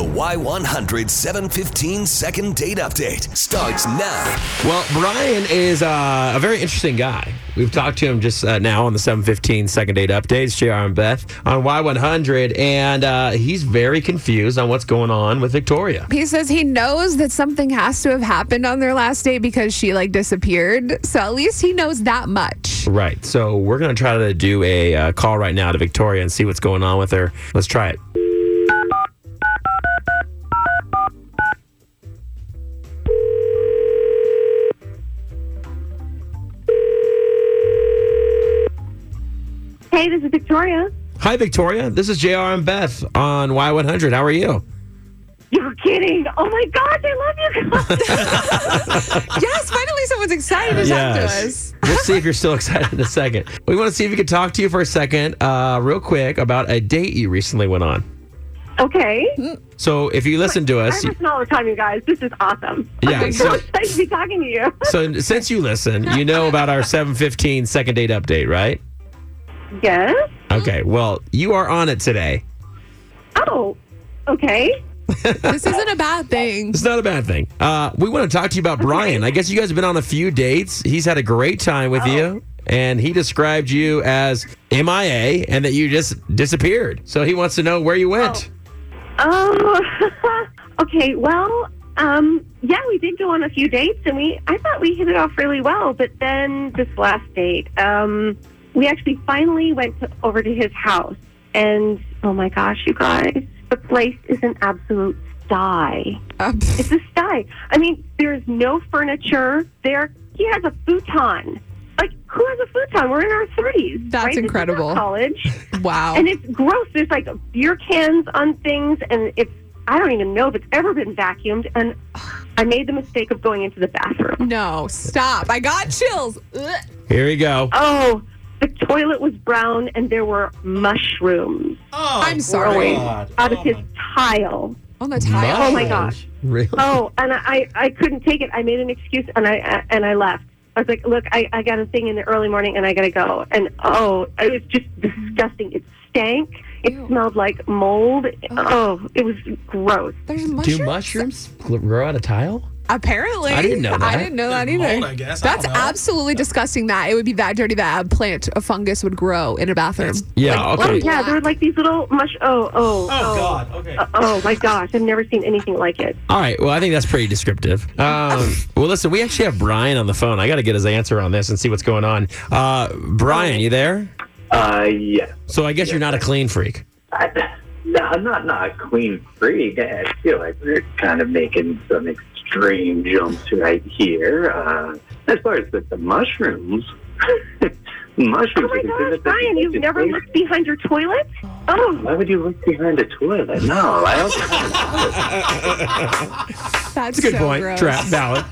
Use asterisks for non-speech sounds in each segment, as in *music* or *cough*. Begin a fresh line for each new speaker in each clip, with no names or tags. Y100 715 second date update starts now.
Well, Brian is uh, a very interesting guy. We've talked to him just uh, now on the 715 second date updates, JR and Beth on Y100, and uh, he's very confused on what's going on with Victoria.
He says he knows that something has to have happened on their last date because she like disappeared. So at least he knows that much.
Right. So we're going to try to do a uh, call right now to Victoria and see what's going on with her. Let's try it.
Hey, this is Victoria.
Hi, Victoria. This is JR and Beth on Y100. How are you?
You're kidding. Oh my God, I love you guys.
*laughs*
yes, finally someone's excited to talk to us.
We'll see if you're still *laughs* excited in a second. We want to see if we could talk to you for a second, uh, real quick, about a date you recently went on.
okay.
Mm. So if you listen to
I
us,
listen all the time, you guys. This is awesome.
Yeah,
I'm
so-
so excited to be talking to you.
so since you listen, you know about our 715 second date update, right?
Yes.
Okay. Well, you are on it today.
Oh, okay.
This isn't a bad thing.
It's not a bad thing. Uh, we want to talk to you about Brian. I guess you guys have been on a few dates. He's had a great time with you, and he described you as MIA and that you just disappeared. So he wants to know where you went.
Oh, *laughs* okay. Well, um, yeah, we did go on a few dates, and we I thought we hit it off really well. But then this last date, um, we actually finally went to, over to his house, and oh my gosh, you guys, the place is an absolute die.
Uh, pff,
It's a sty. I mean, there's no furniture. There, he has a futon. Like, who has a futon? We're in our thirties.
That's
right? This is not
incredible.
college,
*laughs* wow.
and it's gross. There's like beer cans on things, and it's I don't even know if it's ever been vacuumed. And I made the mistake of going into the bathroom.
no, stop. I got chills. Ugh.
Here we go.
Oh, the toilet was brown, and there were mushrooms
Oh,
I'm sorry.
out of his tile.
On the tile.
Oh my gosh.
Really?
Oh, and I, I couldn't take it. I made an excuse and I uh, and I left. I was like, look, I, I got a thing in the early morning and I gotta go. And oh, it was just disgusting. It stank. It
Ew.
smelled like mold. Oh, it was gross.
There's mushrooms.
Do mushrooms grow out of tile?
Apparently.
I didn't know
I
that.
didn't know that
There's
either.
mold, I guess. I
That's
don't know.
absolutely disgusting that it would be that dirty that a plant, a fungus would grow in a bathroom.
Yeah.
Oh
okay.
yeah, there were like these little mush. Oh oh oh.
Okay.
Uh, oh my gosh, I've never seen anything like it.
All right. Well, I think that's pretty descriptive. Um, *laughs* well, listen, we actually have Brian on the phone. I got to get his answer on this and see what's going on. Uh, Brian, you there?
Uh, yes.
So I guess you're not a clean freak.
I, no, I'm not not a clean freak. I I feel like we're kind of making some extreme jumps right here. Uh, as far as the, the mushrooms, *laughs*
Oh
mushrooms.
my
are considered
gosh,
as a
Brian, you've never
vegetation.
looked behind your toilet? Oh,
Why would you look behind a toilet? No, I don't.
That's
Good
so
point.
Gross.
Trap
*laughs*
valid.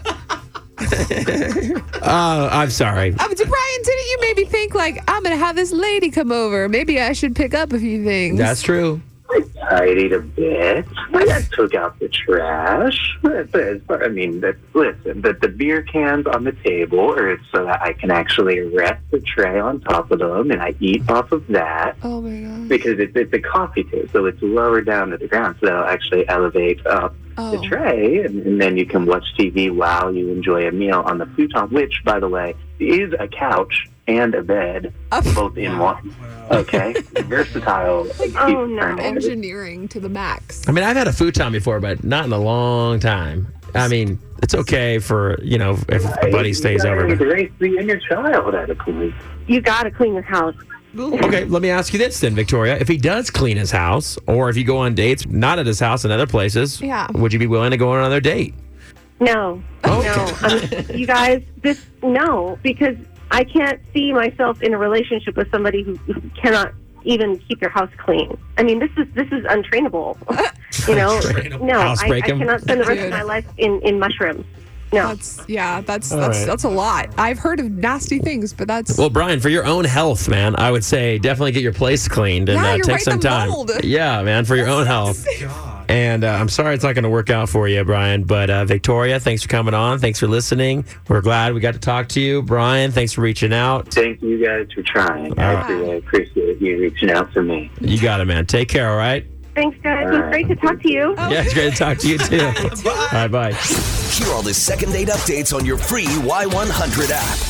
uh, I'm sorry.
Um, so Brian, didn't you maybe think like I'm gonna have this lady come over? Maybe I should pick up a few things.
That's true.
I tidied a bit. I took out the trash. But as far, I mean, that, listen, the, the beer cans on the table are so that I can actually rest the tray on top of them and I eat off of that
oh my god.
because it's, it's a coffee too, so it's lower down to the ground, so that'll actually elevate up the
Oh,
tray, and, and then you can watch TV while you enjoy a meal on the futon, which, by the way, is a couch and a bed,
Oh,
both in one. Okay, versatile.
Oh, no.
furniture.
engineering to the max.
I mean, I've had a futon before, but not in a long time. I mean, it's okay for, you know, if a buddy stays
You gotta
over. but-
Embrace the inner child at a point.
you gotta clean your house.
Okay, let me ask you this then, Victoria. If he does clean his house, or if you go on dates, not at his house and other places,
Yeah.
would you be willing to go on another date?
No, no. Um, you guys, this no, because I can't see myself in a relationship with somebody who, who cannot even keep your house clean. I mean, this is this is untrainable. you know,
Untrainable.
no, I, I
Housebreaking.
cannot spend the rest
Dude.
of my life in in mushrooms. No,
That's yeah. That's
All
that's
right.
that's a lot. I've heard of nasty things, but that's
Well, Brian, for your own health, man, I would say definitely get your place cleaned and
Yeah,
uh,
you're
take
right,
some
the
time.
mold.
Yeah, man, for your own health.
God.
And uh, I'm sorry it's not going to work out for you, Brian. But uh, Victoria, thanks for coming on. Thanks for listening. We're glad we got to talk to you. Brian, thanks for reaching out.
Thank you guys for trying.
Yeah.
I really appreciate you reaching out to me.
You got it, man. Take care, all right?
Thanks, guys. It was great to talk to you.
Oh.
Yeah, it's great to talk to you
*laughs*
too. All right, bye.
Hear all the second date updates on your free Y100 app.